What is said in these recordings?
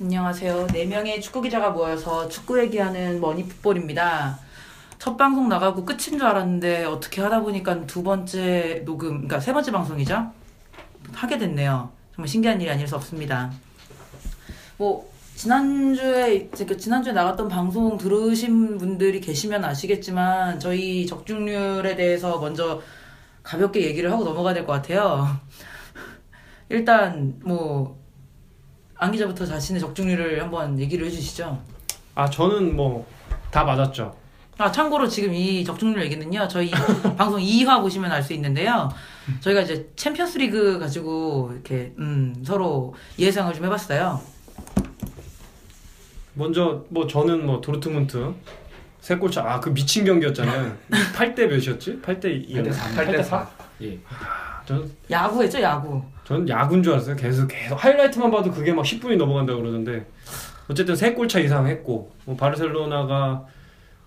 안녕하세요. 네 명의 축구 기자가 모여서 축구 얘기하는 머니풋볼입니다. 첫 방송 나가고 끝인 줄 알았는데 어떻게 하다 보니까 두 번째 녹음, 그러니까 세 번째 방송이죠? 하게 됐네요. 정말 신기한 일이 아닐 수 없습니다. 뭐 지난주에 이제 그 지난주에 나갔던 방송 들으신 분들이 계시면 아시겠지만 저희 적중률에 대해서 먼저 가볍게 얘기를 하고 넘어가야 될 것 같아요. 일단 뭐 안기자부터 자신의 적중률을 한번 얘기를 해주시죠. 아 저는 뭐 다 맞았죠. 아 참고로 지금 이 적중률 얘기는요 저희 방송 2화 보시면 알 수 있는데요 저희가 이제 챔피언스리그 가지고 이렇게 음, 서로 예상을 좀 해봤어요. 먼저 뭐 저는 뭐 도르트문트 세 골차 아그 미친 경기였잖아요. 8대 몇이었지? 8대 2. 8대 4. 예. 저는 야구했죠 야구. 저는 야구인 줄 알았어요. 계속 계속 하이라이트만 봐도 그게 막 10분이 넘어간다 고 그러던데 어쨌든 세 골차 이상 했고 뭐 바르셀로나가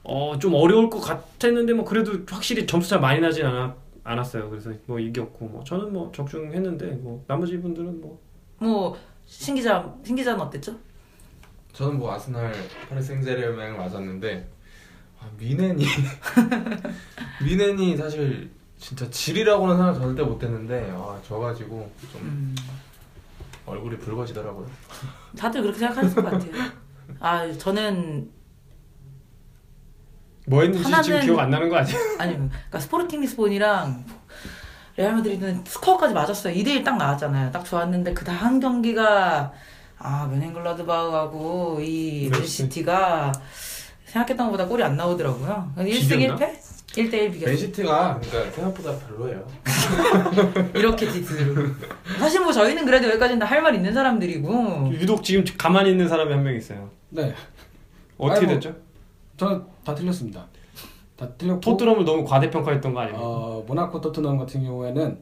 어 좀 어려울 것 같았는데 뭐 그래도 확실히 점수차 많이 나진 않았, 않았어요. 그래서 뭐 이겼고 뭐 저는 뭐 적중했는데 뭐 나머지 분들은 뭐 뭐 신기자 신기자는 어땠죠? 저는 뭐 아스날 파리생제르맹 맞았는데 아, 미넨이 미넨이 사실 진짜 질이라고는 생각 절대 못했는데 아 져가지고 좀 음, 얼굴이 붉어지더라고요. 다들 그렇게 생각하실 것 같아요. 아 저는 뭐 했는지 지금 하나는- 기억 안 나는 거 아니에요? 아니 그러니까 스포르팅 리스본이랑 레알 마드리드는 스코어까지 맞았어요. 2대1 딱 나왔잖아요. 딱 좋았는데 그 다음 경기가 아 메넨글라드바흐하고 이 네, 맨시티가 생각했던 것보다 골이 안 나오더라고요. 1승 비겼나? 1패? 1대1 비겼어요. 맨시티가 그러니까 생각보다 별로예요. 네. 이렇게 뒤틀리고 사실 뭐 저희는 그래도 여기까지는 다 할 말 있는 사람들이고 유독 지금 가만히 있는 사람이 한 명 있어요. 어. 네, 뭐 어떻게 아이고. 됐죠? 저는 다 틀렸습니다. 다 틀렸고 토트넘을 너무 과대평가했던 거 아닙니까? 어, 모나코 토트넘 같은 경우에는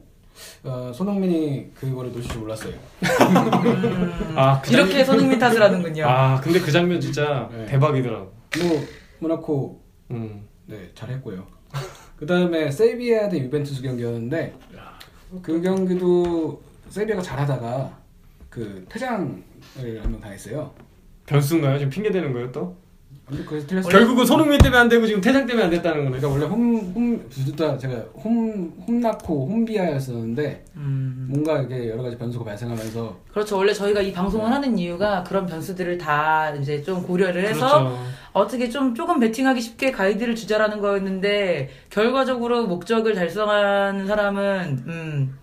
어, 손흥민이 그거를 놓칠 줄 몰랐어요. 음, 아, 그 이렇게 손흥민 탓을 하는군요. 아 근데 그 장면 진짜 네. 대박이더라고. 뭐 모나코 음. 네 잘했고요. 그 다음에 세비야 대 유벤투스 경기였는데 그 경기도 세비야가 잘하다가 그 퇴장을 한 명 당했어요. 변수인가요? 지금 핑계 대는 거예요 또? 근데 그래서 틀렸어요. 결국은 손흥민 때문에 안 되고 지금 태장 때문에 안 됐다는 거네. 그러니까 원래 홈홈둘다 제가 홈 홈나코 홈비아였었는데 음. 뭔가 이게 여러 가지 변수가 발생하면서 그렇죠. 원래 저희가 이 네. 방송을 하는 이유가 그런 변수들을 다 이제 좀 고려를 해서 그렇죠. 어떻게 좀 조금 베팅하기 쉽게 가이드를 주자라는 거였는데 결과적으로 목적을 달성한 사람은 음.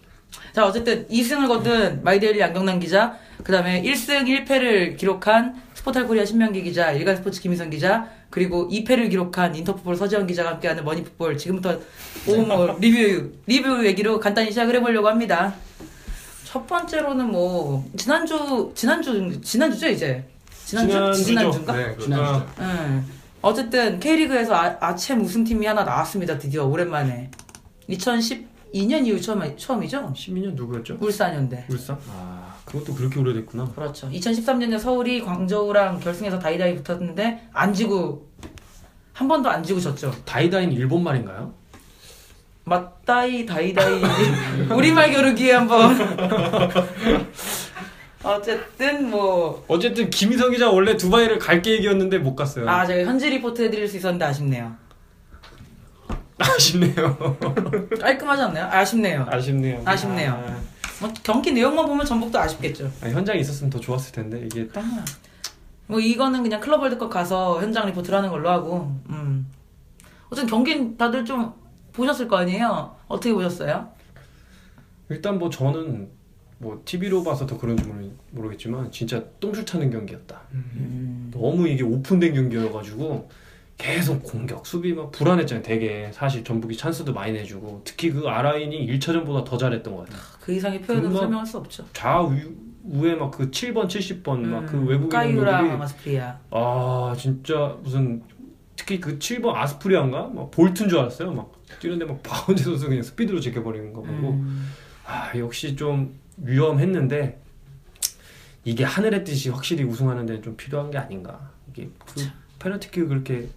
자 어쨌든 2승을 거둔 마이데일리 양경남 기자 그다음에 1승 1패를 기록한 스포탈코리아 신명기 기자 일간스포츠 김희선 기자 그리고 2패를 기록한 인터풋볼 서지현 기자가 함께하는 머니풋볼 지금부터 오후 뭐 리뷰 리뷰 얘기로 간단히 시작을 해보려고 합니다 첫 번째로는 뭐 지난주 지난주 지난주죠 이제 지난주죠. 지난주인가 네, 그, 지난주죠. 아. 응. 예. 어쨌든 K리그에서 아, 아챔 우승팀이 하나 나왔습니다. 드디어 오랜만에. 2012년 이후 처음, 처음이죠? 12년 누구였죠? 네. 울산현대. 울산? 아 그것도 그렇게 오래됐구나. 그렇죠. 2013년에 서울이 광저우랑 결승에서 다이다이 붙었는데 안 지고 한 번도 안 지고 졌죠. 다이다인 일본 말인가요? 맞다이 다이다이 우리말 겨루기 한번. 어쨌든 뭐. 어쨌든 김희성 기자 원래 두바이를 갈 계획이었는데 못 갔어요. 아 제가 현지 리포트 해드릴 수 있었는데 아쉽네요. 아쉽네요. 깔끔하지 않나요? 아쉽네요. 아쉽네요. 아쉽네요. 뭐 경기 내용만 보면 전북도 아쉽겠죠. 아, 현장에 있었으면 더 좋았을 텐데 이게 딱 뭐 이거는 그냥 클럽 월드컵 가서 현장 리포트를 하는 걸로 하고 음. 어쨌든 경기는 다들 좀 보셨을 거 아니에요? 어떻게 보셨어요? 일단 뭐 저는 뭐 TV로 봐서 더 그런지 모르, 모르겠지만 진짜 똥줄 타는 경기였다. 너무 이게 오픈된 경기여가지고 계속 공격 수비 막 불안했잖아요. 되게 사실 전북이 찬스도 많이 내주고 특히 그 아라인이 1차전보다 더 잘했던 것 같아요. 그 이상의 표현으로 금방- 설명할 수 없죠. 좌우에 막 그 7번, 70번 막 그 외국인 음, 까이유랑 분들이 마스프리아. 아 진짜 무슨 특히 그 7번 아스프리안가 막 볼트인 줄 알았어요. 막 뛰는데 막 바운드 선수 그냥 스피드로 제껴버리는 거 보고 음. 아, 역시 좀 위험했는데 이게 하늘의 뜻이 확실히 우승하는 데는 좀 필요한 게 아닌가. 이게 그 페널티킥 그렇게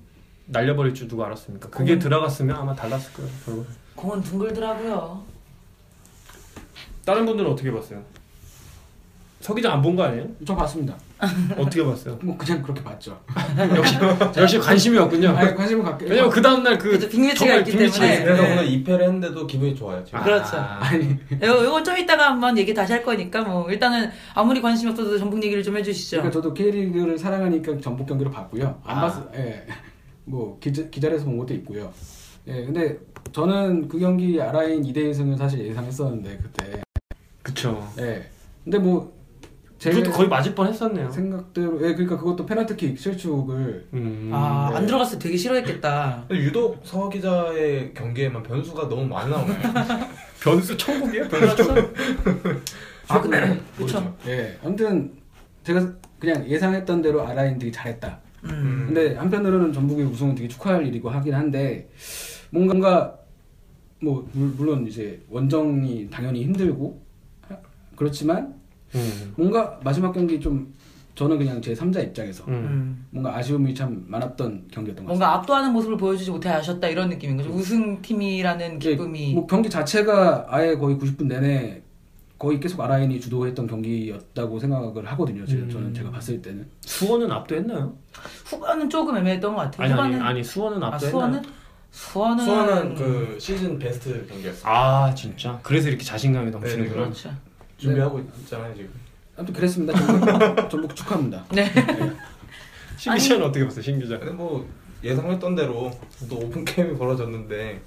날려버릴 줄 누가 알았습니까? 그게 공은- 들어갔으면 아마 달랐을 거예요. 결국. 공은 둥글더라고요. 다른 분들은 어떻게 봤어요? 서기장 안 본 거 아니에요? 저 봤습니다. 어떻게 봤어요? 뭐 그냥 그렇게 봤죠. 역시 역시 관심이 없군요. 아니 관심을 갖게. 뭐 왜냐면 그 다음 날그 어, 그래도 빅매치가 있기 때문에. 그래서 네. 오늘 2패를 했는데도 기분이 좋아요 지금. 그렇죠. 아니 이거, 이거 좀 이따가 한번 얘기 다시 할 거니까 뭐 일단은 아무리 관심이 없어도 전북 얘기를 좀 해주시죠. 그러니까 저도 K리그를 사랑하니까 전북 경기를 봤고요. 그렇죠. 안 아. 봤어. 예. 뭐 기자, 기자에서 본 것도 있고요. 예. 근데 저는 그 경기 아라인 2대 1승을 사실 예상했었는데 그때. 그쵸. 예. 근데 뭐 제 그것도 거의 맞을 뻔했었네요. 생각대로 예 그러니까 그것도 페널티킥 실축을 음. 아, 안 네. 들어갔을 때 되게 싫어했겠다. 근데 유독 서 기자의 경기에만 변수가 너무 많이 나오네요. 변수 천국이야? 그렇죠? 음. 아, 근데, 그쵸. 모르죠. 예. 아무튼 제가 그냥 예상했던 대로 아라인 되게 잘했다. 음. 음. 근데 한편으로는 전북이 우승은 되게 축하할 일이고 하긴 한데 뭔가 뭐 물- 물론 이제 원정이 당연히 힘들고 하- 그렇지만 음. 뭔가 마지막 경기 좀 저는 그냥 제 3자 입장에서 음. 음. 뭔가 아쉬움이 참 많았던 경기였던 것 같아요. 뭔가 압도하는 모습을 보여주지 못해 아셨다 이런 느낌인 음. 거죠. 네, 우승팀이라는 이게 기쁨이. 뭐 경기 자체가 아예 거의 90분 내내 거의 계속 아라인이 주도했던 경기였다고 생각을 하거든요. 제- 음. 저는 제가 봤을 때는 수원은 압도했나요? 후반은 조금 애매했던 것 같아요. 아니 아니 후반은 아니 수원은 아, 압도했나요? 수원은 수원은 수원은 그 시즌 베스트 경기였어요. 아 진짜? 그래서 이렇게 자신감이 넘치는구나. 네, 그렇죠. 준비하고 있잖아요 지금. 아무튼 그랬습니다. 전북, 전북 축하합니다. 네. 신 기자는 어떻게 봤어요, 신 기자? 근데 뭐 예상했던 대로 또 오픈 게임이 벌어졌는데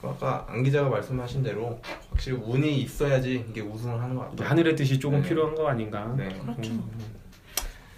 그 아까 안 기자가 말씀하신 대로 확실히 운이 있어야지 이게 우승을 하는 것 이게 같아요. 하늘의 뜻이 조금 네. 필요한 거 아닌가? 네. 그렇죠. 음.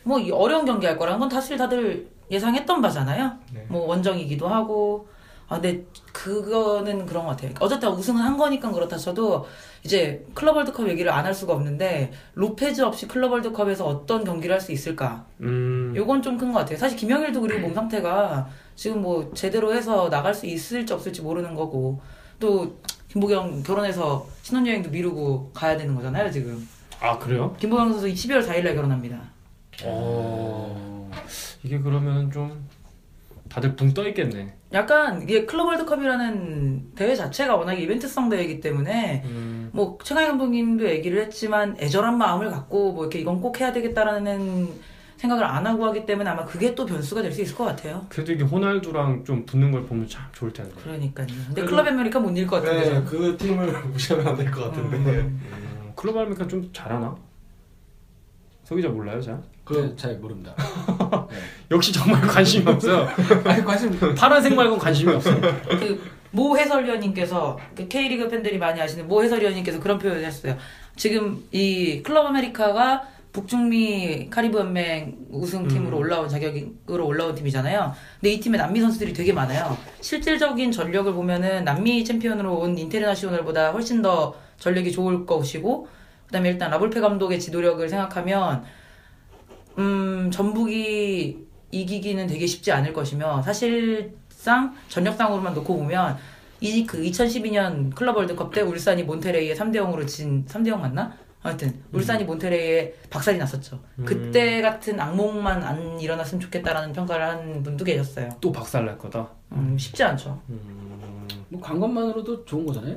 뭐이 어려운 경기 할 거라는 건 사실 다들 예상했던 바잖아요. 네. 뭐 원정이기도 하고. 아, 근데 그거는 그런 것 같아요. 어쨌든 우승은 한 거니까 그렇다 쳐도 이제 클럽 월드컵 얘기를 안 할 수가 없는데 로페즈 없이 클럽 월드컵에서 어떤 경기를 할 수 있을까? 음. 요건 좀 큰 것 같아요. 사실 김영일도 그리고 몸 상태가 지금 뭐 제대로 해서 나갈 수 있을지 없을지 모르는 거고 또 김보경 결혼해서 신혼여행도 미루고 가야 되는 거잖아요 지금. 아 그래요? 김보경 선수 12월 4일날 결혼합니다. 어. 이게 그러면 좀 다들 붕 떠 있겠네. 약간 이게 클럽 월드컵이라는 대회 자체가 워낙에 이벤트성 대회이기 때문에 음. 뭐 최강희 감독님도 얘기를 했지만 애절한 마음을 갖고 뭐 이렇게 이건 꼭 해야 되겠다라는 생각을 안 하고 하기 때문에 아마 그게 또 변수가 될 수 있을 것 같아요. 그래도 이게 호날두랑 좀 붙는 걸 보면 참 좋을 텐데. 그러니까요. 근데 그래도- 클럽 아메리카 못 이길 것 같은 네, 거죠. 그 팀을 무시하면 안 될 것 같은데. 음. 음, 클럽 아메리카 좀 잘하나? 서기자 몰라요, 잘? 그 잘 모릅니다. 역시 정말 관심이 없어요. 아니 관심 파란색 말고는 관심이 없어요. 그 모 해설위원님께서 그 K리그 팬들이 많이 아시는 모 해설위원님께서 그런 표현을 했어요. 지금 이 클럽 아메리카가 북중미 카리브 연맹 우승팀으로 음. 올라온 자격으로 올라온 팀이잖아요. 근데 이 팀에 남미 선수들이 되게 많아요. 실질적인 전력을 보면은 남미 챔피언으로 온 인테르나시오널보다 훨씬 더 전력이 좋을 것이고 그다음에 일단 라볼페 감독의 지도력을 생각하면 음, 전북이 이기기는 되게 쉽지 않을 것이며 사실상 전력상으로만 놓고 보면 이 그 2012년 클럽 월드컵 때 울산이 몬테레이에 3대 0으로 진 3대 0 맞나? 하여튼 울산이 몬테레이에 박살이 났었죠. 음. 그때 같은 악몽만 안 일어났으면 좋겠다라는 평가를 한 분도 계셨어요. 또 박살 날 거다. 음, 쉽지 않죠. 음, 뭐 간 것만으로도 좋은 거잖아요.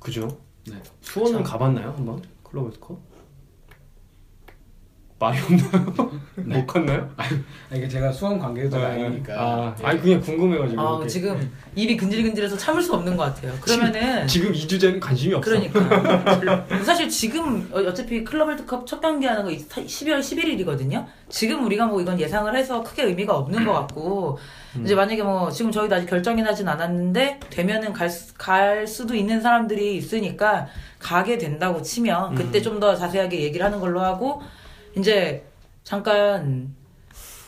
그죠? 네. 수원은 참. 가봤나요, 한번? 클럽 월드컵? 말이 없나요? 네. 못 갔나요? 아, 이게 제가 수험 관계자가 아니니까. 아, 예. 아니 그냥 궁금해가지고. 아, 이렇게. 지금 입이 근질근질해서 참을 수 없는 것 같아요. 그러면은 네. 지금 이 주제는 관심이 없어. 그러니까 사실 지금 어- 어차피 클럽 월드컵 첫 경기 하는 거 이- 12월 11일이거든요. 지금 우리가 뭐 이건 예상을 해서 크게 의미가 없는 것 같고 음. 이제 만약에 뭐 지금 저희도 아직 결정이 나진 않았는데 되면은 갈, 수- 갈 수도 있는 사람들이 있으니까 가게 된다고 치면 그때 음. 좀 더 자세하게 얘기를 하는 걸로 하고 이제 잠깐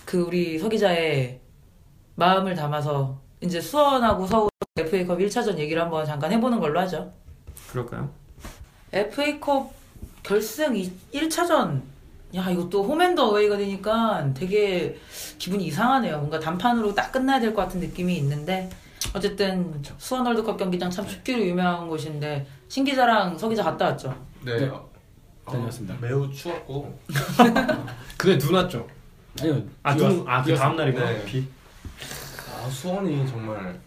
그 우리 서 기자의 마음을 담아서 이제 수원하고 서울 FA컵 1차전 얘기를 한번 잠깐 해보는 걸로 하죠. 그럴까요? FA컵 결승 1차전 야 이것도 홈앤더 어웨이가 되니까 되게 기분이 이상하네요. 뭔가 단판으로 딱 끝나야 될 것 같은 느낌이 있는데 어쨌든 수원 월드컵 경기장 참 춥기로 유명한 곳인데 신 기자랑 서 기자 갔다 왔죠. 네. 네. 어, 다녀왔습니다. 매우 추웠고 근데 눈 왔죠? 아니요. 아, 비가- 눈, 아, 그 다음 날이구나. 네. 비. 아, 수원이 정말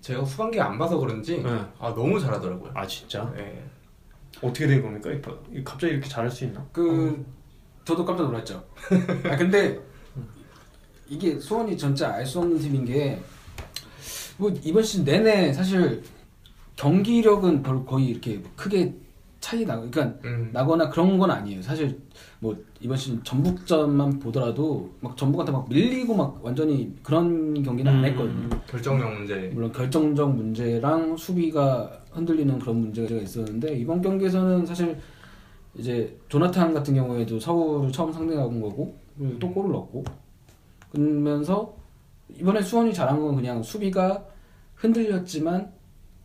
제가 후반기 안 봐서 그런지 네. 아 너무 잘하더라고요. 아, 진짜? 네. 어떻게 된 겁니까? 이 바- 이 갑자기 이렇게 잘할 수 있나? 그 어. 저도 깜짝 놀랐죠. 아 근데 이게 수원이 진짜 알 수 없는 팀인 게 뭐 이번 시즌 내내 사실 경기력은 별로 거의 이렇게 크게 차이 나 그러니까 음. 나거나 그런 건 아니에요. 사실 뭐 이번 시즌 전북전만 보더라도 막 전북한테 막 밀리고 막 완전히 그런 경기는 음. 안 했거든요. 결정력 문제. 물론 결정적 문제랑 수비가 흔들리는 그런 문제가 있었는데 이번 경기에서는 사실 이제 조나탄 같은 경우에도 서울을 처음 상대한 거고 그리고 또 골을 넣고 그러면서 이번에 수원이 잘한 건 그냥 수비가 흔들렸지만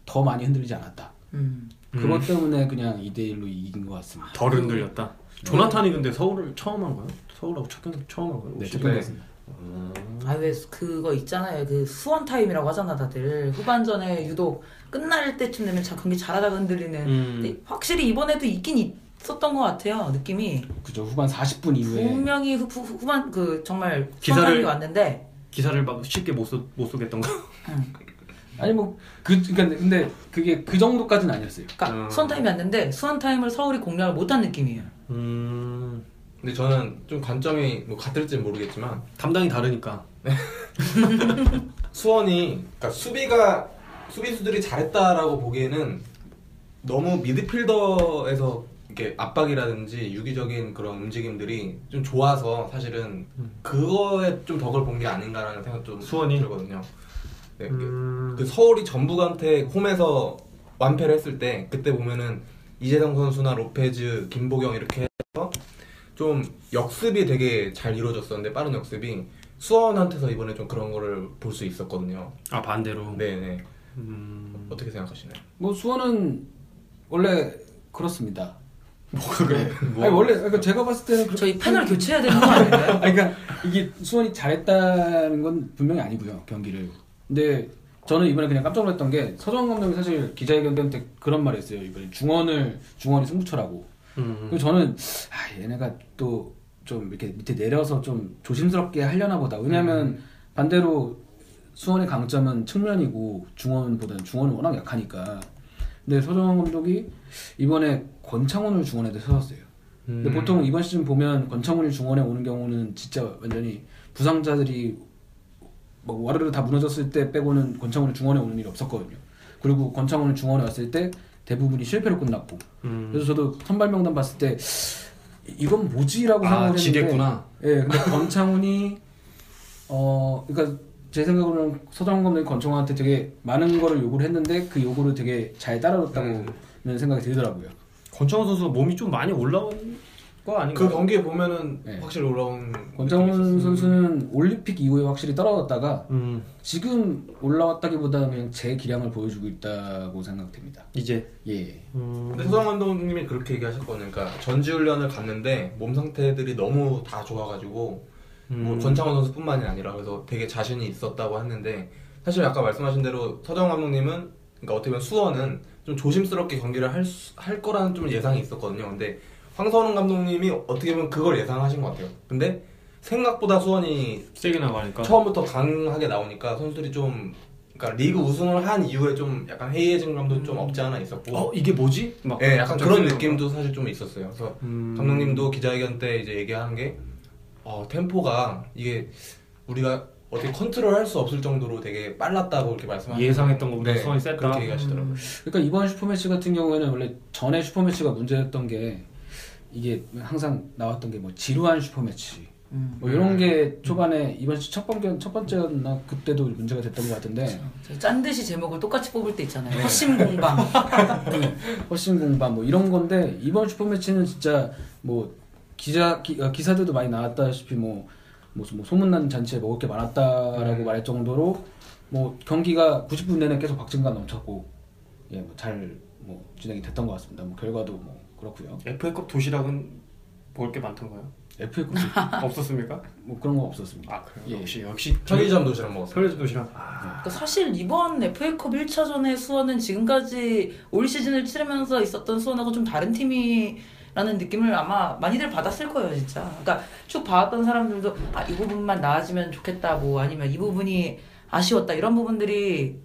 더 많이 흔들리지 않았다. 음. 그것 때문에 그냥 2대 1로 이긴 것 같습니다. 덜 흔들렸다. 네. 조나탄이 근데 서울을 처음 한 거야? 서울하고 첫 경기 처음 한 거야? 네, 혹시? 첫 경기였습니다. 음. 아왜 그거 있잖아요. 그 수원 타임이라고 하잖아 다들. 후반전에 유독 끝날 때쯤 되면 자 경기 잘하다가 흔들리는. 음. 근데 확실히 이번에도 있긴 있었던 것 같아요. 느낌이 그죠. 후반 40분 이후에 분명히 후, 후, 후반 그 정말 기사를- 기사를 왔는데 기사를 막 쉽게 못, 쏘, 못 쏘겠던 거. 아니 뭐 그 그러니까 근데 그게 그 정도까지는 아니었어요. 그러니까 음. 수원 타임이 왔는데 수원 타임을 서울이 공략을 못한 느낌이에요. 음. 근데 저는 좀 관점이 뭐 같을지는 모르겠지만 담당이 다르니까. 수원이 그러니까 수비가 수비수들이 잘했다라고 보기에는 너무 미드필더에서 이렇게 압박이라든지 유기적인 그런 움직임들이 좀 좋아서 사실은 그거에 좀 덕을 본 게 아닌가라는 생각 좀 음. 수원이? 들거든요. 네, 그- 음. 그 서울이 전북한테 홈에서 완패를 했을 때 그때 보면은 이재성 선수나 로페즈, 김보경 이렇게 해서 좀 역습이 되게 잘 이루어졌었는데 빠른 역습이 수원한테서 이번에 좀 그런 거를 볼 수 있었거든요. 아 반대로. 네네 음. 어떻게 생각하시나요? 뭐 수원은 원래 그렇습니다. 뭐가 그래? 아니 원래 그러니까 제가 봤을 때는 그렇게 저희 팬을 교체해야 되는 거 아닌가요? 아니, 그러니까 이게 수원이 잘했다는 건 분명히 아니고요 경기를. 근데 저는 이번에 그냥 깜짝 놀랐던 게 서정 감독이 사실 기자회견 때 그런 말했어요 이번에 중원을 중원이 승부처라고. 음. 그리고 저는 아 얘네가 또 좀 이렇게 밑에 내려서 좀 조심스럽게 하려나 보다. 왜냐면 반대로 수원의 강점은 측면이고 중원보다는 중원은 워낙 약하니까. 근데 서정원 감독이 이번에 권창훈을 중원에 세웠어요. 근데 음. 보통 이번 시즌 보면 권창훈이 중원에 오는 경우는 진짜 완전히 부상자들이 뭐 와르르 다 무너졌을 때 빼고는 권창훈이 중원에 오는 일이 없었거든요. 그리고 권창훈이 중원에 왔을 때 대부분이 실패로 끝났고 음. 그래서 저도 선발 명단 봤을 때 이건 뭐지라고 생각을 아 했는데 지겠구나. 예, 근데 권창훈이 어, 그러니까 제 생각으로는 서정훈 감독이 권창훈한테 되게 많은 거를 요구를 했는데 그 요구를 되게 잘 네. 따라줬다고는 생각이 들더라고요. 권창훈 선수가 몸이 좀 많이 올라온 거 아닌가? 그 경기에 보면은 네. 확실히 올라온 권창훈 느낌이 있었어요. 선수는 올림픽 이후에 확실히 떨어졌다가 음. 지금 올라왔다기보다는 그냥 제 기량을 보여주고 있다고 생각됩니다. 이제. 예. 음. 근데 소장 감독님이 그렇게 얘기하셨거든요. 그러니까 전지훈련을 갔는데 몸 상태들이 너무 다 좋아가지고 음. 뭐 권창훈 선수뿐만이 아니라 그래서 되게 자신이 있었다고 했는데 사실 아까 말씀하신 대로 서정 감독님은 그러니까 어떻게 보면 수원은 좀 조심스럽게 경기를 할, 수- 할 거라는 좀 예상이 있었거든요. 근데 황선홍 감독님이 어떻게 보면 그걸 예상하신 것 같아요. 근데 생각보다 수원이 세게 나가니까. 처음부터 강하게 나오니까 선수들이 좀 그러니까 리그 우승을 한 이후에 좀 약간 해이해진 감도 좀 없지 않아 있었고 어 이게 뭐지? 막. 예, 약간 그런 갑자기 느낌도 사실 좀 있었어요. 그래서 음. 감독님도 기자회견 때 이제 얘기하는 게 어, 템포가 이게 우리가 어떻게 컨트롤할 수 없을 정도로 되게 빨랐다고 이렇게 말씀하셨어요. 예상했던 것보다 수원이 셌다. 그렇게 얘기하시더라고요. 그러니까 이번 슈퍼매치 같은 경우에는 원래 전에 슈퍼매치가 문제였던 게 이게 항상 나왔던 게 뭐 지루한 슈퍼매치 음. 뭐 이런 게 초반에 이번 시- 첫 번째 첫 번째였나 그때도 문제가 됐던 것 같은데 저희 짠 듯이 제목을 똑같이 뽑을 때 있잖아요. 허심 공방. 훨씬 공방 뭐 이런 건데 이번 슈퍼매치는 진짜 뭐 기자 기, 어, 기사들도 많이 나왔다시피 뭐, 뭐, 소- 뭐 소문난 잔치에 먹을 게 많았다라고 음. 말할 정도로 뭐 경기가 90분 내내 계속 박진감 넘쳤고 예뭐잘뭐 진행이 됐던 것 같습니다 뭐 결과도 뭐 그렇고요 FA컵 도시락은 먹을 게 많던가요? FA 컵 없었습니까? 뭐 그런 건 없었습니다 아 그래요. 예. 역시 역시 편의점 도시락 먹었어요. 설레지 도시락. 아, 그러니까 사실 이번 FA컵 1차전의 수원은 지금까지 올 시즌을 치르면서 있었던 수원하고 좀 다른 팀이라는 느낌을 아마 많이들 받았을 거예요, 진짜. 그러니까 쭉 봐왔던 사람들도 아, 이 부분만 나아지면 좋겠다, 뭐 아니면 이 부분이 아쉬웠다 이런 부분들이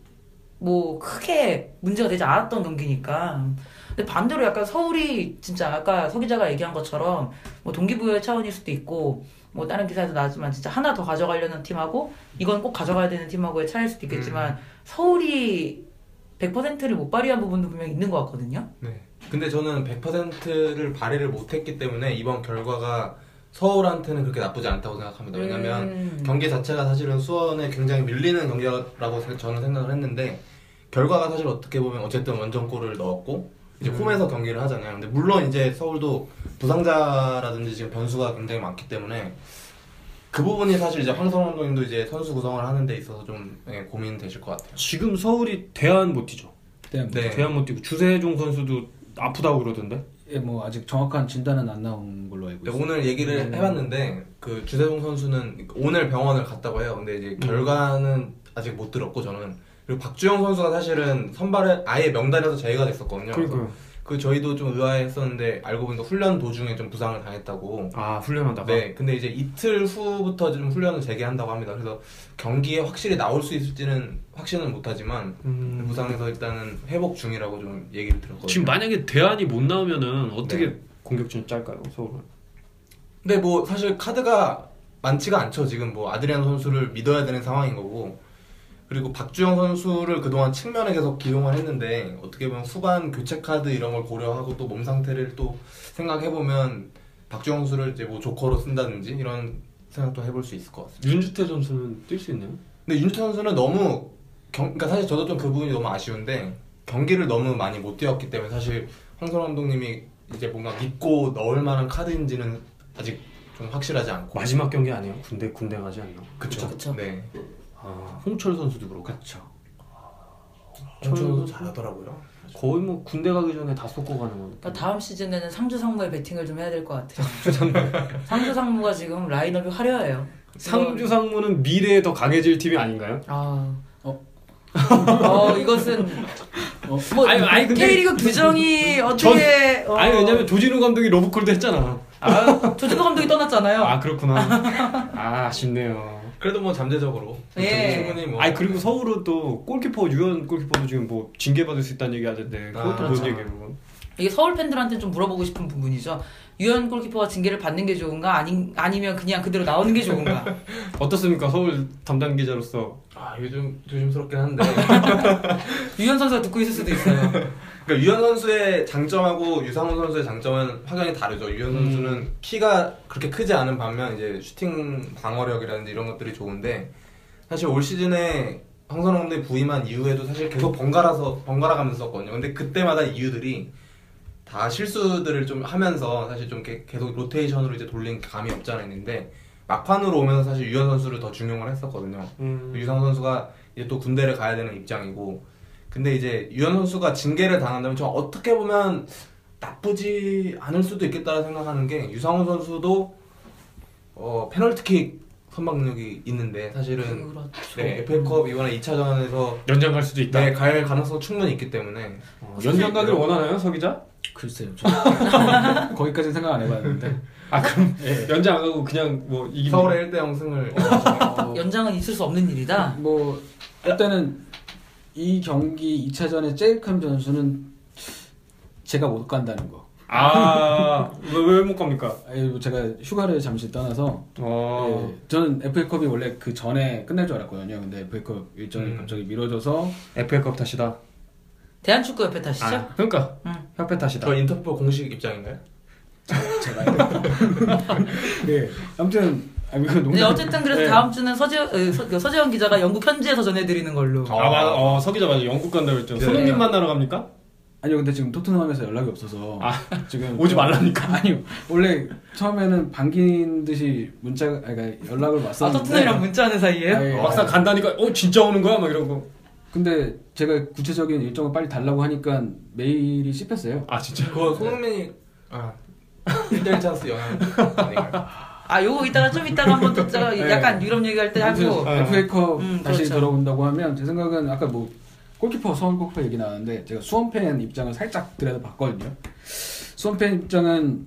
뭐 크게 문제가 되지 않았던 경기니까 근데 반대로 약간 서울이 진짜 아까 서 기자가 얘기한 것처럼 뭐 동기부여 차원일 수도 있고 뭐 다른 기사에서 나왔지만 진짜 하나 더 가져가려는 팀하고 이건 꼭 가져가야 되는 팀하고의 차일 수도 있겠지만 음. 서울이 100%를 못 발휘한 부분도 분명 히 있는 것 같거든요. 네. 근데 저는 100%를 발휘를 못했기 때문에 이번 결과가 서울한테는 그렇게 나쁘지 않다고 생각합니다. 왜냐면 음. 경기 자체가 사실은 수원에 굉장히 밀리는 경기라고 세- 저는 생각을 했는데 결과가 사실 어떻게 보면 어쨌든 원정골을 넣었고 이제 홈에서 경기를 하잖아요. 근데 물론 이제 서울도 부상자라든지 지금 변수가 굉장히 많기 때문에 그 부분이 사실 이제 황성 감독님도 이제 선수 구성을 하는 데 있어서 좀 예, 고민되실 것 같아요. 지금 서울이 대안 못 뛰죠. 그냥 네. 대안 못 뛰고 주세종 선수도 아프다고 그러던데. 예, 뭐 아직 정확한 진단은 안 나온 걸로 알고 네, 있어요. 오늘 얘기를 해봤는데 그 주세종 선수는 오늘 병원을 갔다고 해요. 근데 이제 결과는 아직 못 들었고 저는 그리고 박주영 선수가 사실은 선발에 아예 명단에서 제외가 됐었거든요. 그래서 그 저희도 좀 의아했었는데 알고 보니까 훈련 도중에 좀 부상을 당했다고. 아 훈련하다가. 네, 근데 이제 이틀 후부터 좀 훈련을 재개한다고 합니다. 그래서 경기에 확실히 나올 수 있을지는 확신은 못하지만 음. 부상에서 일단은 회복 중이라고 좀 얘기를 들었거든요. 지금 만약에 대안이 못 나오면은 어떻게 네. 공격진을 짤까요 서울은? 근데 뭐 사실 카드가 많지가 않죠. 지금 뭐 아드리안 선수를 믿어야 되는 상황인 거고. 그리고 박주영 선수를 그동안 측면에 계속 기용을 했는데 어떻게 보면 후반 교체 카드 이런 걸 고려하고 또 몸 상태를 또 생각해 보면 박주영 선수를 이제 뭐 조커로 쓴다든지 이런 생각도 해볼 수 있을 것 같습니다. 윤주태 선수는 뛸 수 있나요? 근데 윤태 선수는 너무 경, 그러니까 사실 저도 좀 그 부분이 너무 아쉬운데 경기를 너무 많이 못 뛰었기 때문에 사실 황선 감독님이 이제 뭔가 믿고 넣을 만한 카드인지는 아직 좀 확실하지 않고. 마지막 경기 아니에요? 군대 군대 가지 않나? 그쵸, 그쵸. 네. 아 홍철 선수도 그렇고. 그렇죠. 홍철도 잘하더라고요. 거의 뭐 군대 가기 전에 다 쏟고 가는 거니까. 그러니까 다음 시즌에는 상주 상무에 베팅을 좀 해야 될 것 같아요. 상주 상무가 지금 라인업이 화려해요. 상주 상무는 미래에 더 강해질 팀이 아닌가요? 아. 어? 어, 이것은 어? 뭐 아니, 아니, 근데- K리그 규정이 어떻게 어, 아니 왜냐면 조진우 감독이 로브콜도 했잖아. 아, 조진호 감독이 떠났잖아요. 아 그렇구나. 아 아쉽네요. 그래도 뭐 잠재적으로 예. 네. 충분히 뭐. 아니 그리고 서울은 또 골키퍼 유현 골키퍼도 지금 뭐 징계 받을 수 있다는 얘기 하던데 그것도 아, 뭔 그렇죠. 얘기예요? 그건? 이게 서울 팬들한테 좀 물어보고 싶은 부분이죠. 유현 골키퍼가 징계를 받는 게 좋은가 아니, 아니면 그냥 그대로 나오는 게 좋은가. 어떻습니까 서울 담당 기자로서? 아 요즘 조심스럽긴 한데. 유현 선수가 듣고 있을 수도 있어요. 그러니까 유현 선수의 장점하고 유상훈 선수의 장점은 확연히 다르죠. 유현 선수는 키가 그렇게 크지 않은 반면 이제 슈팅 방어력이라든지 이런 것들이 좋은데 사실 올 시즌에 황선홍 감독이 부임한 이후에도 사실 계속 번갈아서 번갈아가면서 썼거든요. 근데 그때마다 이유들이 다 실수들을 좀 하면서 사실 좀 이렇게 계속 로테이션으로 이제 돌린 감이 없지 않아 있는데 막판으로 오면서 사실 유현 선수를 더 중용을 했었거든요. 음. 그 유상 선수가 이제 또 군대를 가야 되는 입장이고 근데 이제 유현 선수가 징계를 당한다면 저 어떻게 보면 나쁘지 않을 수도 있겠다라 생각하는 게 유상훈 선수도 어 페널티킥 선방력이 있는데 사실은 그렇죠. 네, FA컵 이번에 2차전에서 연장 갈 수도 있다. 네, 갈 가능성 충분히 있기 때문에 어, 연장 가기를 원하나요 서 기자? 글쎄요. 저 거기까지는 생각 안 해봤는데. 아 그럼 연장 안 가고 그냥 뭐 이기. 서울의 1대 0 승을 어, 연장은 있을 수 없는 일이다. 뭐 일단은 이 경기 2차전의 제일 큰 변수는 제가 못 간다는 거. 아, 아왜못 갑니까? 아니, 뭐 제가 휴가를 잠시 떠나서 어. 예, 저는 FA컵이 원래 그 전에 끝날 줄 알았거든요. 근데 FA컵 일정이 음. 갑자기 미뤄져서 FA컵 탓이다. 대한축구협회 탓이죠. 아, 그러니까 응. 협회 탓이다. 저 인터폴 공식 입장인가요? 제가 네 아무튼 아 이거 농담. 근데 어쨌든 그래서 네. 다음 주는 서재, 어, 서, 서재원 기자가 영국 현지에서 전해드리는 걸로. 어. 아, 맞아. 어, 서 기자 맞아. 영국 간다고 했죠. 네. 손흥민 만나러 갑니까? 아니요 근데 지금 토트넘에서 연락이 없어서 아, 지금 오지 말라니까. 아니요 원래 처음에는 반긴 듯이 문자 아 그러니까 연락을 아, 왔었는데 토트넘이랑 문자하는 사이에? 아예, 막상 간다니까 어 진짜 오는 거야 막 이러고. 근데 제가 구체적인 일정을 빨리 달라고 하니까 메일이 씹혔어요. 아 진짜. 그거 손흥민이 네. 아 1대1 찬스 영향 아닌가요? 아, 요거 이따가 좀 이따가 한번 듣자. 네. 약간 유럽 얘기할 때 하고. 아. FA컵 음, 다시 그렇죠. 돌아온다고 하면 제 생각은 아까 뭐 골키퍼 서울 골키퍼 얘기 나왔는데 제가 수원팬 입장을 살짝 들여다봤거든요. 수원팬 입장은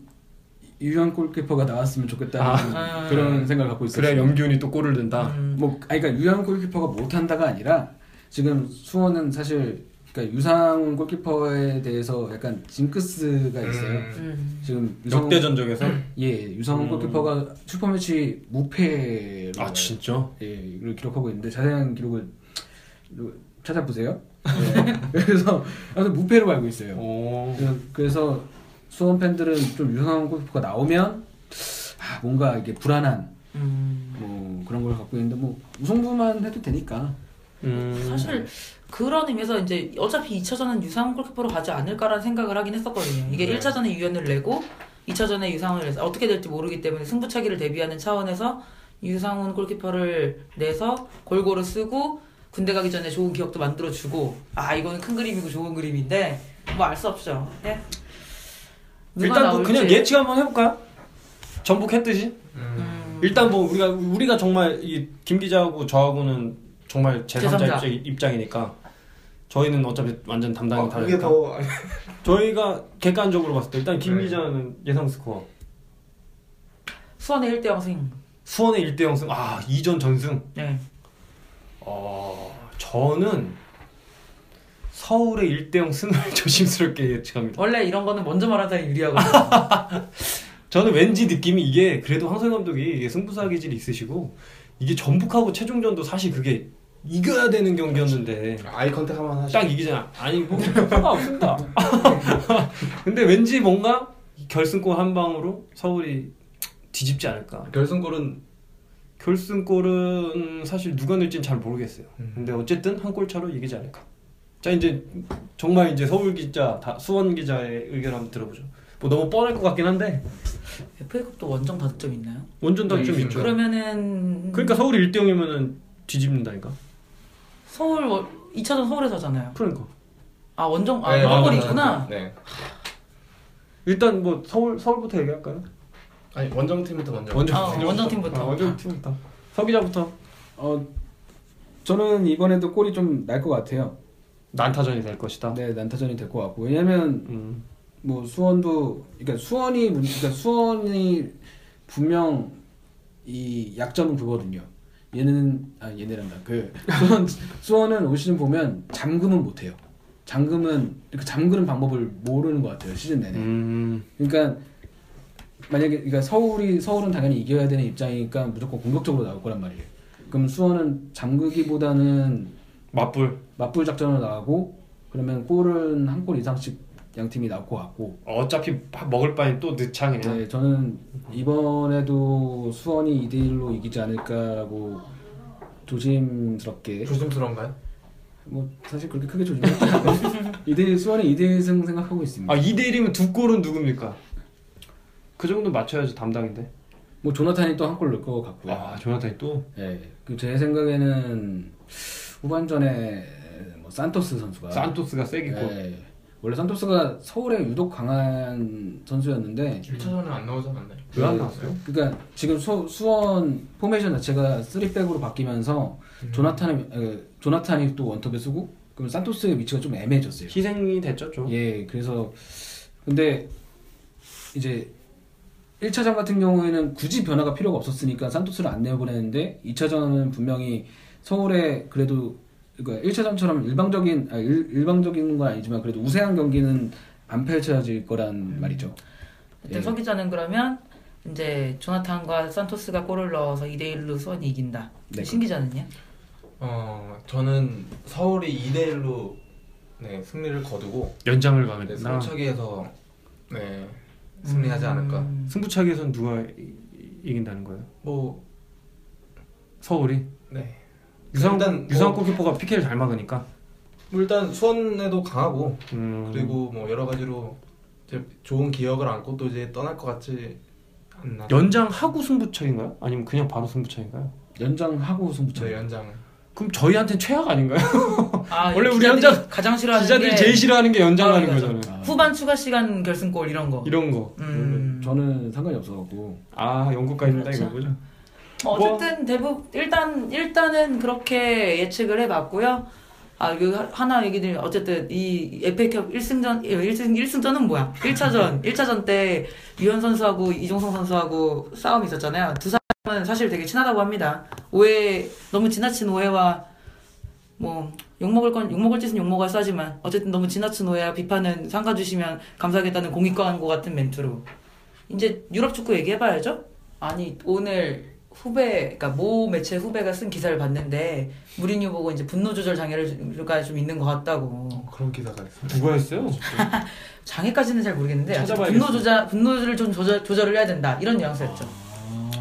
유현 골키퍼가 나왔으면 좋겠다는 아. 그런 생각을 갖고 있어요. 그래 염기훈이 또 골을 네. 든다. 음. 뭐 아니, 그러니까 유현 골키퍼가 못한다가 아니라 지금 수원은 사실 그러니까 유상훈 골키퍼에 대해서 약간 징크스가 있어요. 음. 음. 지금 유상훈- 역대전적에서? 예 유상훈 음. 골키퍼가 슈퍼매치 무패로 아 진짜? 예 이걸 기록하고 있는데 자세한 기록을 찾아보세요. 예. 그래서 아무튼 무패로 알고 있어요. 오. 그래서- 그래서 수원 팬들은 좀 유상훈 골키퍼가 나오면 아, 뭔가 이게 불안한 음. 뭐 그런 걸 갖고 있는데 뭐 우승부만 해도 되니까 음. 사실 그런 의미에서 이제 어차피 2차전은 유상훈 골키퍼로 가지 않을까라는 생각을 하긴 했었거든요. 이게 네. 1차전에 유연을 내고 2차전에 유상훈을 내서 어떻게 될지 모르기 때문에 승부차기를 대비하는 차원에서 유상훈 골키퍼를 내서 골고루 쓰고 군대 가기 전에 좋은 기억도 만들어주고 아 이거는 큰 그림이고 좋은 그림인데 뭐 알 수 없죠. 예. 누가 일단 뭐 나올지. 그냥 예측 한번 해볼까요? 전북했듯이 음, 일단 뭐 우리가 우리가 정말 이 김 기자하고 저하고는 정말 제3자 제3자. 입장, 입장이니까 저희는 어차피 완전 담당이 아, 그게 다르니까 더 아니, 저희가 객관적으로 봤을 때 일단 김 네. 기자는 예상 스코어 수원의 1대 0승. 수원의 1대 0승 아 2전 전승 네. 어 저는 서울의 1대 0승을 조심스럽게 예측합니다 원래 이런 거는 먼저 말하는 사람이 유리하거든요. 저는 왠지 느낌이 이게 그래도 황선 감독이 이게 승부사 기질이 있으시고 이게 전북하고 최종전도 사실 그게 이겨야 되는 경기였는데 아이 컨택 한번 하시. 딱 이기잖아. 아니 뭐 효과 없습니다. 근데 왠지 뭔가 이 결승골 한 방으로 서울이 뒤집지 않을까. 결승골은 결승골은 사실 누가 넣을지는 잘 모르겠어요. 음. 근데 어쨌든 한 골 차로 이기지 않을까. 자 이제 정말 이제 서울 기자, 다, 수원 기자의 의견 한번 들어보죠. 뭐 너무 뻔할 것 같긴 한데 FA컵도 원정 다득점 있나요? 원전 다좀 네, 있죠. 그러면은 그렇죠. 그러니까 서울이 1대 0이면은 뒤집는다니까. 서울 월- 2차전 서울에서 하잖아요. 그러니까 아 원정 아 네, 원정골이 원정 있구나. 팀. 네. 일단 뭐 서울 서울부터 얘기할까요? 아니 원정 팀부터 먼저. 원정 어, 원정팀부터. 아, 원정 팀부터. 서 기자부터 어 저는 이번에도 골이 좀 날 것 같아요. 난타전이 될 것이다. 네 난타전이 될 것 같고 왜냐면 음. 뭐 수원도 그러니까 수원이 문- 그러니까 수원이 분명 이 약점은 그거든요. 얘는 아 얘네란다 그 수원 수원은 올 시즌 보면 잠금은 못해요. 잠금은 이렇게 잠그는 방법을 모르는 것 같아요 시즌 음. 내내. 그러니까 만약에 그러니까 서울이 서울은 당연히 이겨야 되는 입장이니까 무조건 공격적으로 나올 거란 말이에요. 그럼 수원은 잠그기보다는 맞불. 맞불 작전으로 나가고 그러면 골은 한 골 이상씩 양 팀이 나올 것 같고 어차피 밥 먹을 바엔 또 늦창 그냥. 네, 저는 이번에도 수원이 2대 1로 이기지 않을까라고 조심스럽게 음. 조심스러운가요? 뭐 사실 그렇게 크게 조심스럽게 2대 1 수원이 2대 1승 생각하고 있습니다. 아 2대 1이면 두 골은 누굽니까? 그 정도 맞춰야지 담당인데. 뭐 조나탄이 또 한 골 넣을 것 같고요. 아 조나탄이 또. 네, 그제 생각에는 후반전에 뭐 산토스 선수가 산토스가 세게 골. 네, 원래 산토스가 서울에 유독 강한 선수였는데 1차전에 안 나오지 않았나요? 왜 안 나왔어요? 그러니까 지금 수, 수원 포메이션 자체가 3백으로 바뀌면서 조나탄이 에, 조나탄이 또 원톱에 쓰고 그럼 산토스의 위치가 좀 애매해졌어요. 희생이 됐죠 좀. 예, 그래서 근데 이제 1차전 같은 경우에는 굳이 변화가 필요가 없었으니까 산토스를 안 내보내는데 2차전은 분명히 서울에 그래도 그러니까 1차전처럼 일방적인 아, 일, 방적인건 아니지만 그래도 우세한 경기는 안 펼쳐질 거란 말이죠. 일단 예. 서 기자는 그러면 이제 조나탄과 산토스가 골을 넣어서 2대 1로 수원이 이긴다. 음. 네. 신 그렇죠. 기자는요? 어 저는 서울이 2대 1로 네 승리를 거두고 연장을 네, 가면 다 승차기에서 네 승리하지 않을까. 음. 승부차기에선 누가 이- 이- 이긴다는 거예요? 뭐 서울이. 네. 유상 일단 뭐- 유상 골키퍼가 PK를 잘 막으니까. 뭐 일단 수원에도 강하고 음. 그리고 뭐 여러 가지로 이제 좋은 기억을 안고 또 이제 떠날 것 같지 않나. 연장하고 승부차인가요? 아니면 그냥 바로 승부차인가요? 연장하고 승부처. 네 연장. 그럼 저희한테 최악 아닌가요? 아, 원래 우리 기자들이 현장- 가장 싫어하는 기자들이 게 제일 싫어하는 게 연장하는 아, 맞아. 거잖아요. 아, 후반 추가 시간 결승골 이런 거. 이런 거. 음. 저는 상관이 없어갖고 아 영국까지 된다 그렇죠. 이거 보죠. 뭐 어쨌든 대부분 일단 일단은 그렇게 예측을 해봤고요. 아, 그 하- 하나 얘기드리면 어쨌든 이 FA컵 1승전 1승 1승전은 뭐야? 1차전 1차전 때 유현 선수하고 이종성 선수하고 싸움이 있었잖아요. 두 사람은 사실 되게 친하다고 합니다. 오해 너무 지나친 오해와 뭐 욕먹을 건 욕먹을 짓은 욕먹어야 싸지만 어쨌든 너무 지나친 오해와 비판은 삼가 주시면 감사하겠다는 공익과 광고 같은 멘트로 이제 유럽 축구 얘기해봐야죠. 아니 오늘 후배 그러니까 모 매체 후배가 쓴 기사를 봤는데 무리뉴 보고 이제 분노 조절 장애가 좀 있는 것 같다고 그런 기사가 있어요. 누가 했어요? 장애까지는 잘 모르겠는데 아무튼 찾아봐야겠어. 분노 조절 분노를 좀 조절 조절을 해야 된다 이런 뉘앙스였죠.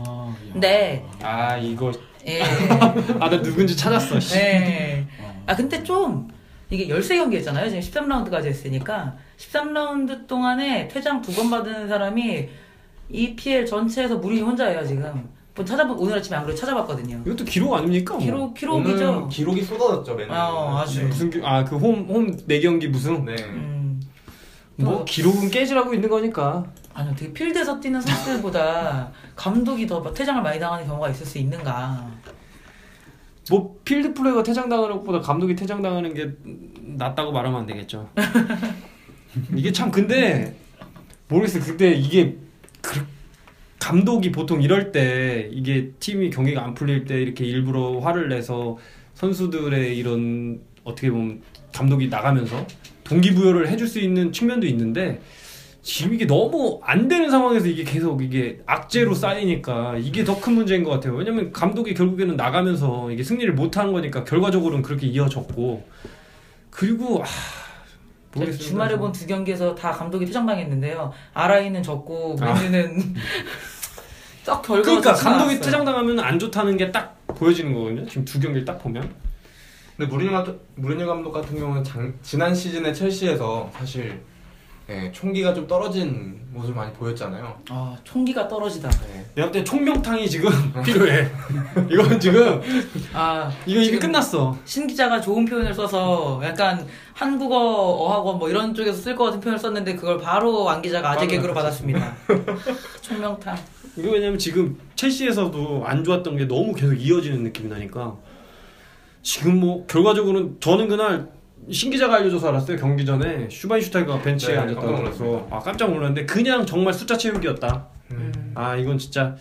아, 야. 네. 아 이거 예. 아 나 누군지 찾았어. 씨. 네. 어. 아, 근데 좀, 이게 13경기 했잖아요. 지금 13라운드까지 했으니까. 13라운드 동안에 퇴장 두 번 받은 사람이 EPL 전체에서 무리 혼자예요, 지금. 뭐 찾아보, 오늘 아침에 안 그래도 찾아봤거든요. 이것도 기록 아닙니까? 뭐. 네. 기록, 오늘 기록이죠. 기록이 쏟아졌죠 맨날. 아, 아주. 무슨 아그홈홈네 경기 무슨 네. 음. 뭐 기록은 깨지라고 있는 거니까. 아니요, 되게 필드에서 뛰는 선수들보다 감독이 더 퇴장을 많이 당하는 경우가 있을 수 있는가. 뭐 필드 플레이가 퇴장당하는 것보다 감독이 퇴장당하는 게 낫다고 말하면 안 되겠죠. 이게 참 근데 모르겠어요. 그때 이게 그- 감독이 보통 이럴 때 이게 팀이 경기가 안 풀릴 때 이렇게 일부러 화를 내서 선수들의 이런 어떻게 보면 감독이 나가면서 동기부여를 해줄 수 있는 측면도 있는데 지금 이게 너무 안 되는 상황에서 이게 계속 이게 음. 악재로 쌓이니까 이게 더 큰 문제인 것 같아요. 왜냐면 감독이 결국에는 나가면서 이게 승리를 못한 거니까 결과적으로는 그렇게 이어졌고 그리고 아, 모르겠습니다. 그러니까 주말에 본 두 경기에서 다 감독이 퇴장당했는데요. 아라이는 졌고, 아. 맨유는 딱 결과가 그러니까 좋지 감독이 않았어요. 퇴장당하면 안 좋다는 게 딱 보여지는 거거든요. 지금 두 경기를 딱 보면 근데 무리뉴, 감- 무리뉴 감독 같은 경우는 장- 지난 시즌에 첼시에서 사실 예, 총기가 좀 떨어진 모습을 많이 보였잖아요. 아 총기가 떨어지다. 예. 내가 볼때 총명탕이 지금 아. 필요해. 이건 지금 아 이거 이미 지금 끝났어. 신 기자가 좋은 표현을 써서 약간 한국어 어학원 뭐 이런 쪽에서 쓸 것 같은 표현을 썼는데 그걸 바로 왕 기자가 아재 바로 개그로 받았습니다. 총명탕. 이거 왜냐면 지금 첼시에서도 안 좋았던 게 너무 계속 이어지는 느낌이 나니까 지금 뭐 결과적으로는 저는 그날 신 기자가 알려줘서 알았어요 경기 전에 슈바인슈타이가 벤치에 네, 앉았다고 깜짝 그래서 놀랐습니다. 아 깜짝 놀랐는데 그냥 정말 숫자 채우기였다 음. 아 이건 진짜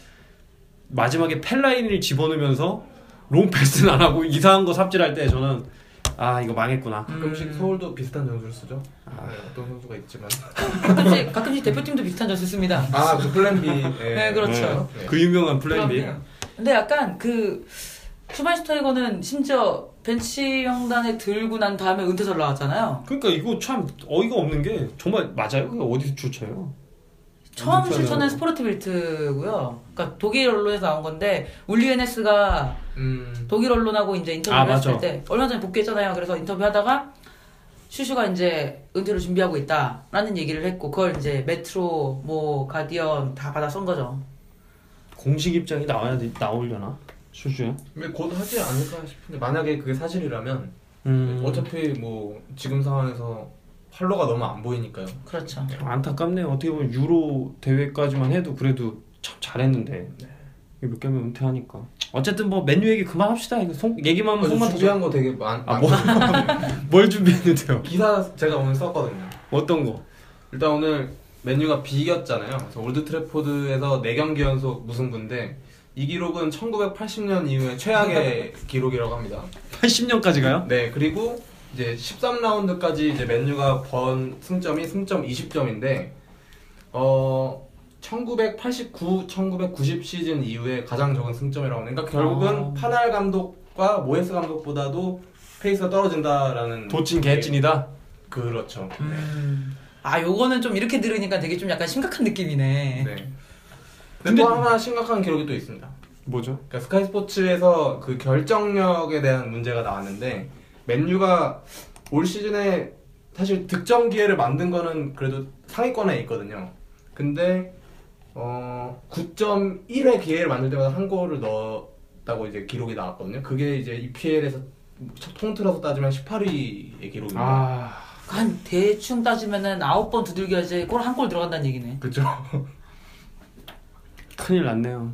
마지막에 펠라인을 집어넣으면서 롱패스는 안 하고 이상한 거 삽질할 때 저는 아 이거 망했구나 음. 가끔씩 서울도 비슷한 전술을 쓰죠. 아. 예, 어떤 선수가 있지만. 가끔씩 가끔씩 대표팀도 비슷한 점수 씁니다. 아, 그 플랜 B. 예. 네, 그렇죠. 네. 그 유명한 플랜 B 그럼요. 근데 약간 그 슈바인슈타이거는 심지어 벤치 형단에 들고 난 다음에 은퇴설 나왔잖아요. 그러니까 이거 참 어이가 없는 게 정말 맞아요? 그게 어디서 주쳐요? 처음 은퇴설이라고. 실천한 스포르트 빌트고요. 그러니까 독일 언론에서 나온 건데 울리에네스가 음. 독일 언론하고 이제 아, 인터뷰를 맞아. 했을 때 얼마 전에 복귀했잖아요. 그래서 인터뷰하다가 슈슈가 이제 은퇴를 준비하고 있다라는 얘기를 했고 그걸 이제 메트로, 뭐 가디언 다 받아 쓴 거죠. 공식 입장이 나와야 돼, 나오려나? 슈슈야? 근데 곧 하지 않을까 싶은데 만약에 그게 사실이라면 음, 어차피 뭐 지금 상황에서 활로가 너무 안 보이니까요. 그렇죠. 안타깝네요. 어떻게 보면 유로 대회까지만 해도 그래도 참 잘했는데 네. 이거 몇 개면 은퇴하니까. 어쨌든 뭐 맨유 얘기 그만합시다. 이거 속 얘기만 하면 속만 준비한 거 되게 많. 아, 많- 뭐? 터져. 뭘 준비했는데요? 기사 제가 오늘 썼거든요. 어떤 거? 일단 오늘 맨유가 비겼잖아요. 그래서 올드 트래포드에서 4경기 연속 무승부인데 이 기록은 1980년 이후에 최악의 기록이라고 합니다. 80년까지 가요? 네, 그리고 이제 13라운드까지 이제 맨유가 번 승점이 승점 20점인데 어 1989, 1990 시즌 이후에 가장 적은 승점이라고 하니까 결국은 아. 파날 감독과 모에스 감독보다도 페이스가 떨어진다라는 도찐 개찐이다. 그렇죠. 음. 아 요거는 좀 이렇게 들으니까 되게 좀 약간 심각한 느낌이네. 네. 근데 근데- 또 하나 심각한 기록이 또 있습니다. 뭐죠? 그러니까 스카이 스포츠에서 그 결정력에 대한 문제가 나왔는데 맨유가 올 시즌에 사실 득점 기회를 만든 거는 그래도 상위권에 있거든요. 근데 어 9.1의 기회를 만들 때마다 한 골을 넣었다고 이제 기록이 나왔거든요. 그게 이제 E EPL에서 통틀어서 따지면 18위의 기록입니다. 아, 한 대충 따지면은 아홉 번 두들겨야지 골 한 골 들어간다는 얘기네. 그렇죠. 큰일 났네요.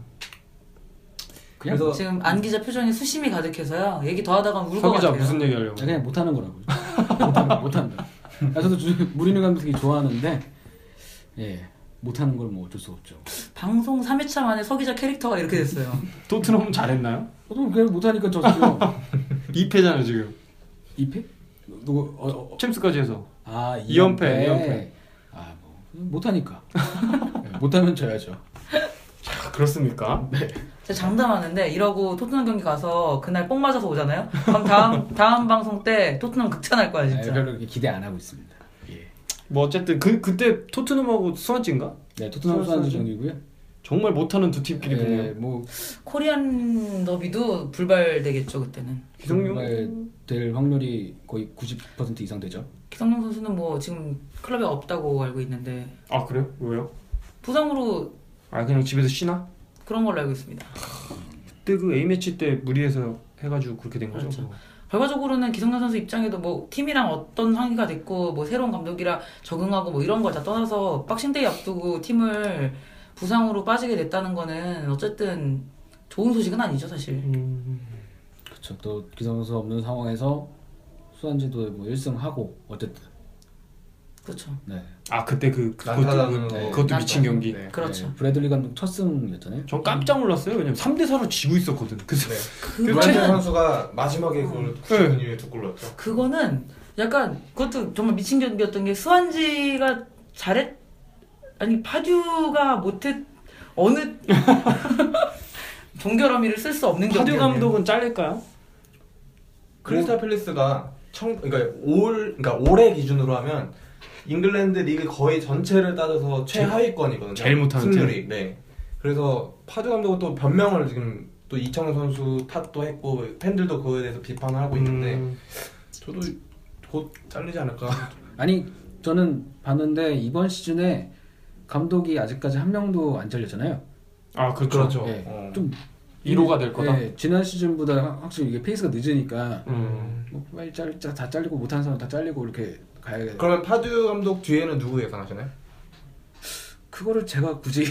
그냥 그래서- 지금 안 기자 표정에 수심이 가득해서요. 얘기 더 하다가 울것 서기자 같아요. 무슨 얘기 하려고? 그냥 못하는 거라고요. 못한다. 못한다. 아, 저도 주- 무리뉴 감독 되게 좋아하는데 예 못하는 걸 뭐 어쩔 수 없죠. 방송 3회차 만에 서기자 캐릭터가 이렇게 됐어요. 토트넘 잘했나요? 저도 그냥 못하니까 졌어요. 2패잖아요 지금. 2패? 누구 어, 어, 챔스까지 해서 아 이연패, 이연패. 이연패. 아 뭐, 못하니까 네, 못하면 져야죠 자, 그렇습니까? 제가 장담하는데 이러고 토트넘 경기 가서 그날 뽕 맞아서 오잖아요. 그럼 다음 다음 방송 때 토트넘 극찬할 거야 네, 진짜. 별로 그렇게 기대 안 하고 있습니다 예. 뭐 어쨌든 그 그때 토트넘하고 스완지인가? 네 토트넘 수완지 수완지. 경기고요 정말 못하는 두 팀끼리 네, 보네요. 뭐 코리안 더비도 불발되겠죠 그때는. 기성용 정말 될 확률이 거의 90% 이상 되죠 기성용 선수는 뭐 지금 클럽에 없다고 알고 있는데 아 그래요? 왜요? 부상으로 아 그냥 집에서 쉬나? 그런 걸로 알고 있습니다. 그때 그 A 매치 때 무리해서 해가지고 그렇게 된 거죠. 그렇죠. 결과적으로는 기성용 선수 입장에도 뭐 팀이랑 어떤 상의가 됐고 뭐 새로운 감독이라 적응하고 뭐 이런 걸 다 떠나서 박싱데이 앞두고 팀을 부상으로 빠지게 됐다는 거는 어쨌든 좋은 소식은 아니죠 사실. 음, 그렇죠 또 기성수 없는 상황에서 수완지도 뭐 1승하고 어쨌든 그렇죠. 네 아 그때 그 난타당하는 그것도, 거. 그것도 미친 난타. 경기. 네. 그렇죠. 네, 브래들리 감독 첫 승이었잖아요 전 깜짝 놀랐어요. 왜냐면 3대 4로 지고 있었거든. 네. 그래서 네. 그 브라질 그거는 선수가 마지막에 그걸 90분 이후에 두 골 넣었죠. 그거는 약간 그것도 정말 미친 경기였던 게 수완지가 잘했 아니 파듀가 못했 어느 동결어미를 쓸 수 없는 파듀 경기였네요. 감독은 잘릴까요? 크리스탈 팰리스가 청 그러니까 올 그러니까 올해 기준으로 하면 잉글랜드 리그 거의 전체를 따져서 최하위권이거든요. 제일 못하는 승률이. 네. 그래서 파주 감독은 또 변명을 지금 또 이창호 선수 탓도 했고 팬들도 그거에 대해서 비판을 하고 있는데 음, 저도 곧 잘리지 않을까. 아니 저는 봤는데 이번 시즌에 감독이 아직까지 한 명도 안 잘렸잖아요. 아 그렇죠. 예. 어. 좀 1호가 될 거다. 예, 지난 시즌보다 확- 확실히 이게 페이스가 늦으니까 음. 뭐 빨리 잘, 자- 다 잘리고 못하는 사람 다 잘리고 이렇게 가야 네. 돼. 그러면 파주 감독 뒤에는 누구 예상하시나요? 그거를 제가 굳이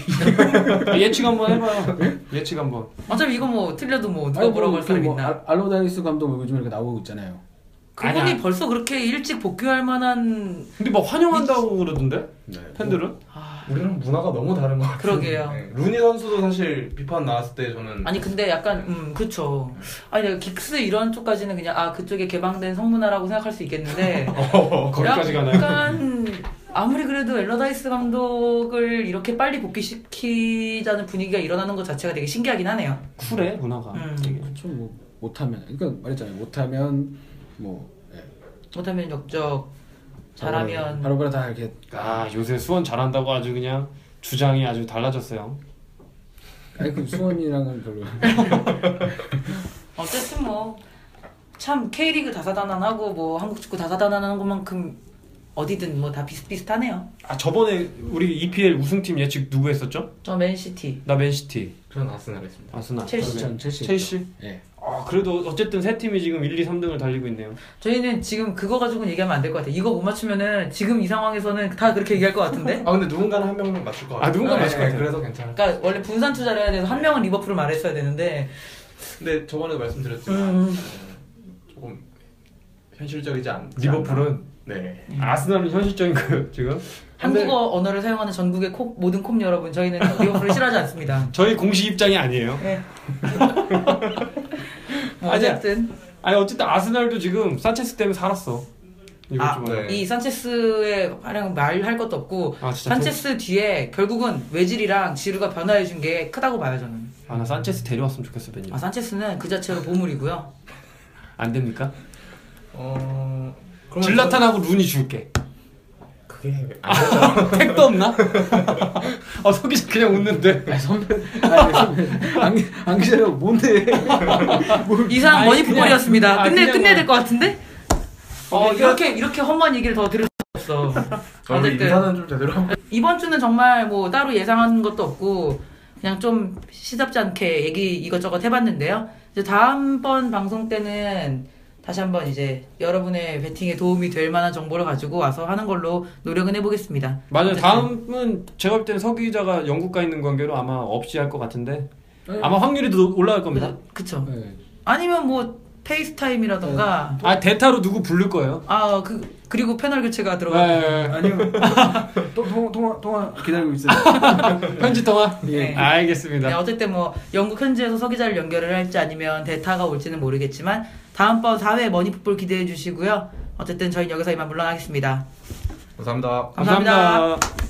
아, 예측 한번 해봐요. 예측 한번. 어차피 이거 뭐 틀려도 뭐 누가 아니, 뭐, 뭐라고 할 그 사람 뭐 있나? 알- 알로다이스 감독 뭐 요즘 이렇게 나오고 있잖아요. 그분이 아니야. 벌써 그렇게 일찍 복귀할 만한 근데 막 환영한다고 그러던데 팬들은? 아... 우리랑 문화가 너무 다른 것 같아요. 네. 그러게요. 루니 선수도 사실 비판 나왔을 때 저는 아니 근데 약간 음 그쵸 아니 내가 긱스 이런 쪽까지는 그냥 아 그쪽에 개방된 성문화라고 생각할 수 있겠는데 어, 거기까지 가나요? 약간 아무리 그래도 엘러다이스 감독을 이렇게 빨리 복귀시키자는 분위기가 일어나는 것 자체가 되게 신기하긴 하네요. 쿨해 문화가. 음. 되게. 그렇죠. 뭐 못하면 그러니까 말했잖아요. 못하면 뭐 예, 못하면 역적, 잘하면 바로바로 다 이렇게 아 요새 수원 잘한다고 아주 그냥 주장이 아주 달라졌어요. 아니 그 수원이랑은 별로 어쨌든 뭐 참 K리그 다사다난하고 뭐 한국 축구 다사다난하는 것만큼 어디든 뭐 다 비슷비슷하네요. 아 저번에 우리 EPL 우승팀 예측 누구 했었죠? 저 맨시티. 나 맨시티, 저는 아스날 했습니다. 아스날, 첼시. 그다음에 전 첼시 첼시. 예. 아 그래도 어쨌든 세 팀이 지금 1, 2, 3등을 달리고 있네요. 저희는 지금 그거 가지고는 얘기하면 안 될 것 같아요. 이거 못 맞추면은 지금 이 상황에서는 다 그렇게 얘기할 것 같은데? 아 근데 누군가는 한 명은 맞출 것 같아요. 아, 누군가 네, 맞출 것 같아요. 그래서 괜찮아. 그러니까 원래 분산 투자를 해야 돼서 한 명은 리버풀을 말했어야 되는데 근데 저번에도 말씀드렸지만 네, 음. 조금 현실적이지 않. 리버풀은 네. 음. 아스날은 현실적인가요 지금? 한국어 언어를 사용하는 전국의 콕- 모든 콤 여러분 저희는 리버풀을 싫어하지 않습니다. 저희 공식 입장이 아니에요. 예. 뭐 아니야. 어쨌든 아니 어쨌든 아스날도 지금 산체스 때문에 살았어. 이번 아, 주말에. 네. 이 산체스의 활약 말할 것도 없고 아 진짜 산체스 뒤에 결국은 외질이랑 지루가 변화해 준 게 크다고 봐요 저는. 아나 산체스 데려왔으면 좋겠어 벤님 아, 산체스는 그 자체로 보물이고요. 안 됩니까? 어. 그러면 질라탄하고 룬이 줄게. 저- 그게 아, 택도 없나? 아 속이 그냥 웃는데. 아니 네, 선배 아니 선배 안, 안 기자려 뭔데 뭘- 이상 아니, 머니풋볼이었습니다. 그냥- 아, 끝내 그냥 끝내야 뭐- 될 것 같은데? 어, 어, 이렇게 이렇게 험한 얘기를 더 들을 수 없어. 아, 우리 인사는 좀 제대로 하고. 이번 주는 정말 뭐 따로 예상하는 것도 없고 그냥 좀 시답지 않게 얘기 이것저것 해봤는데요. 이제 다음번 방송 때는 다시 한번 이제 여러분의 베팅에 도움이 될 만한 정보를 가지고 와서 하는 걸로 노력은 해보겠습니다. 맞아요. 어쨌든. 다음은 제가 볼 때는 서 기자가 영국 가 있는 관계로 네. 아마 없이 할 것 같은데 아마 확률이 더 올라갈 겁니다. 그쵸. 네. 아니면 뭐 페이스타임이라던가 아 대타로 누구 부를 거예요? 아 그 그리고 패널 교체가 들어가 네. 아니요. 또 통화 통화 통화 기다리고 있어요. 네. 편지 통화. 예. 네. 알겠습니다. 네, 어쨌든 뭐 영국 현지에서 서기자를 연결을 할지 아니면 대타가 올지는 모르겠지만 다음번 4회 머니풋볼 기대해 주시고요. 어쨌든 저희는 여기서 이만 물러나겠습니다. 감사합니다. 감사합니다. 감사합니다.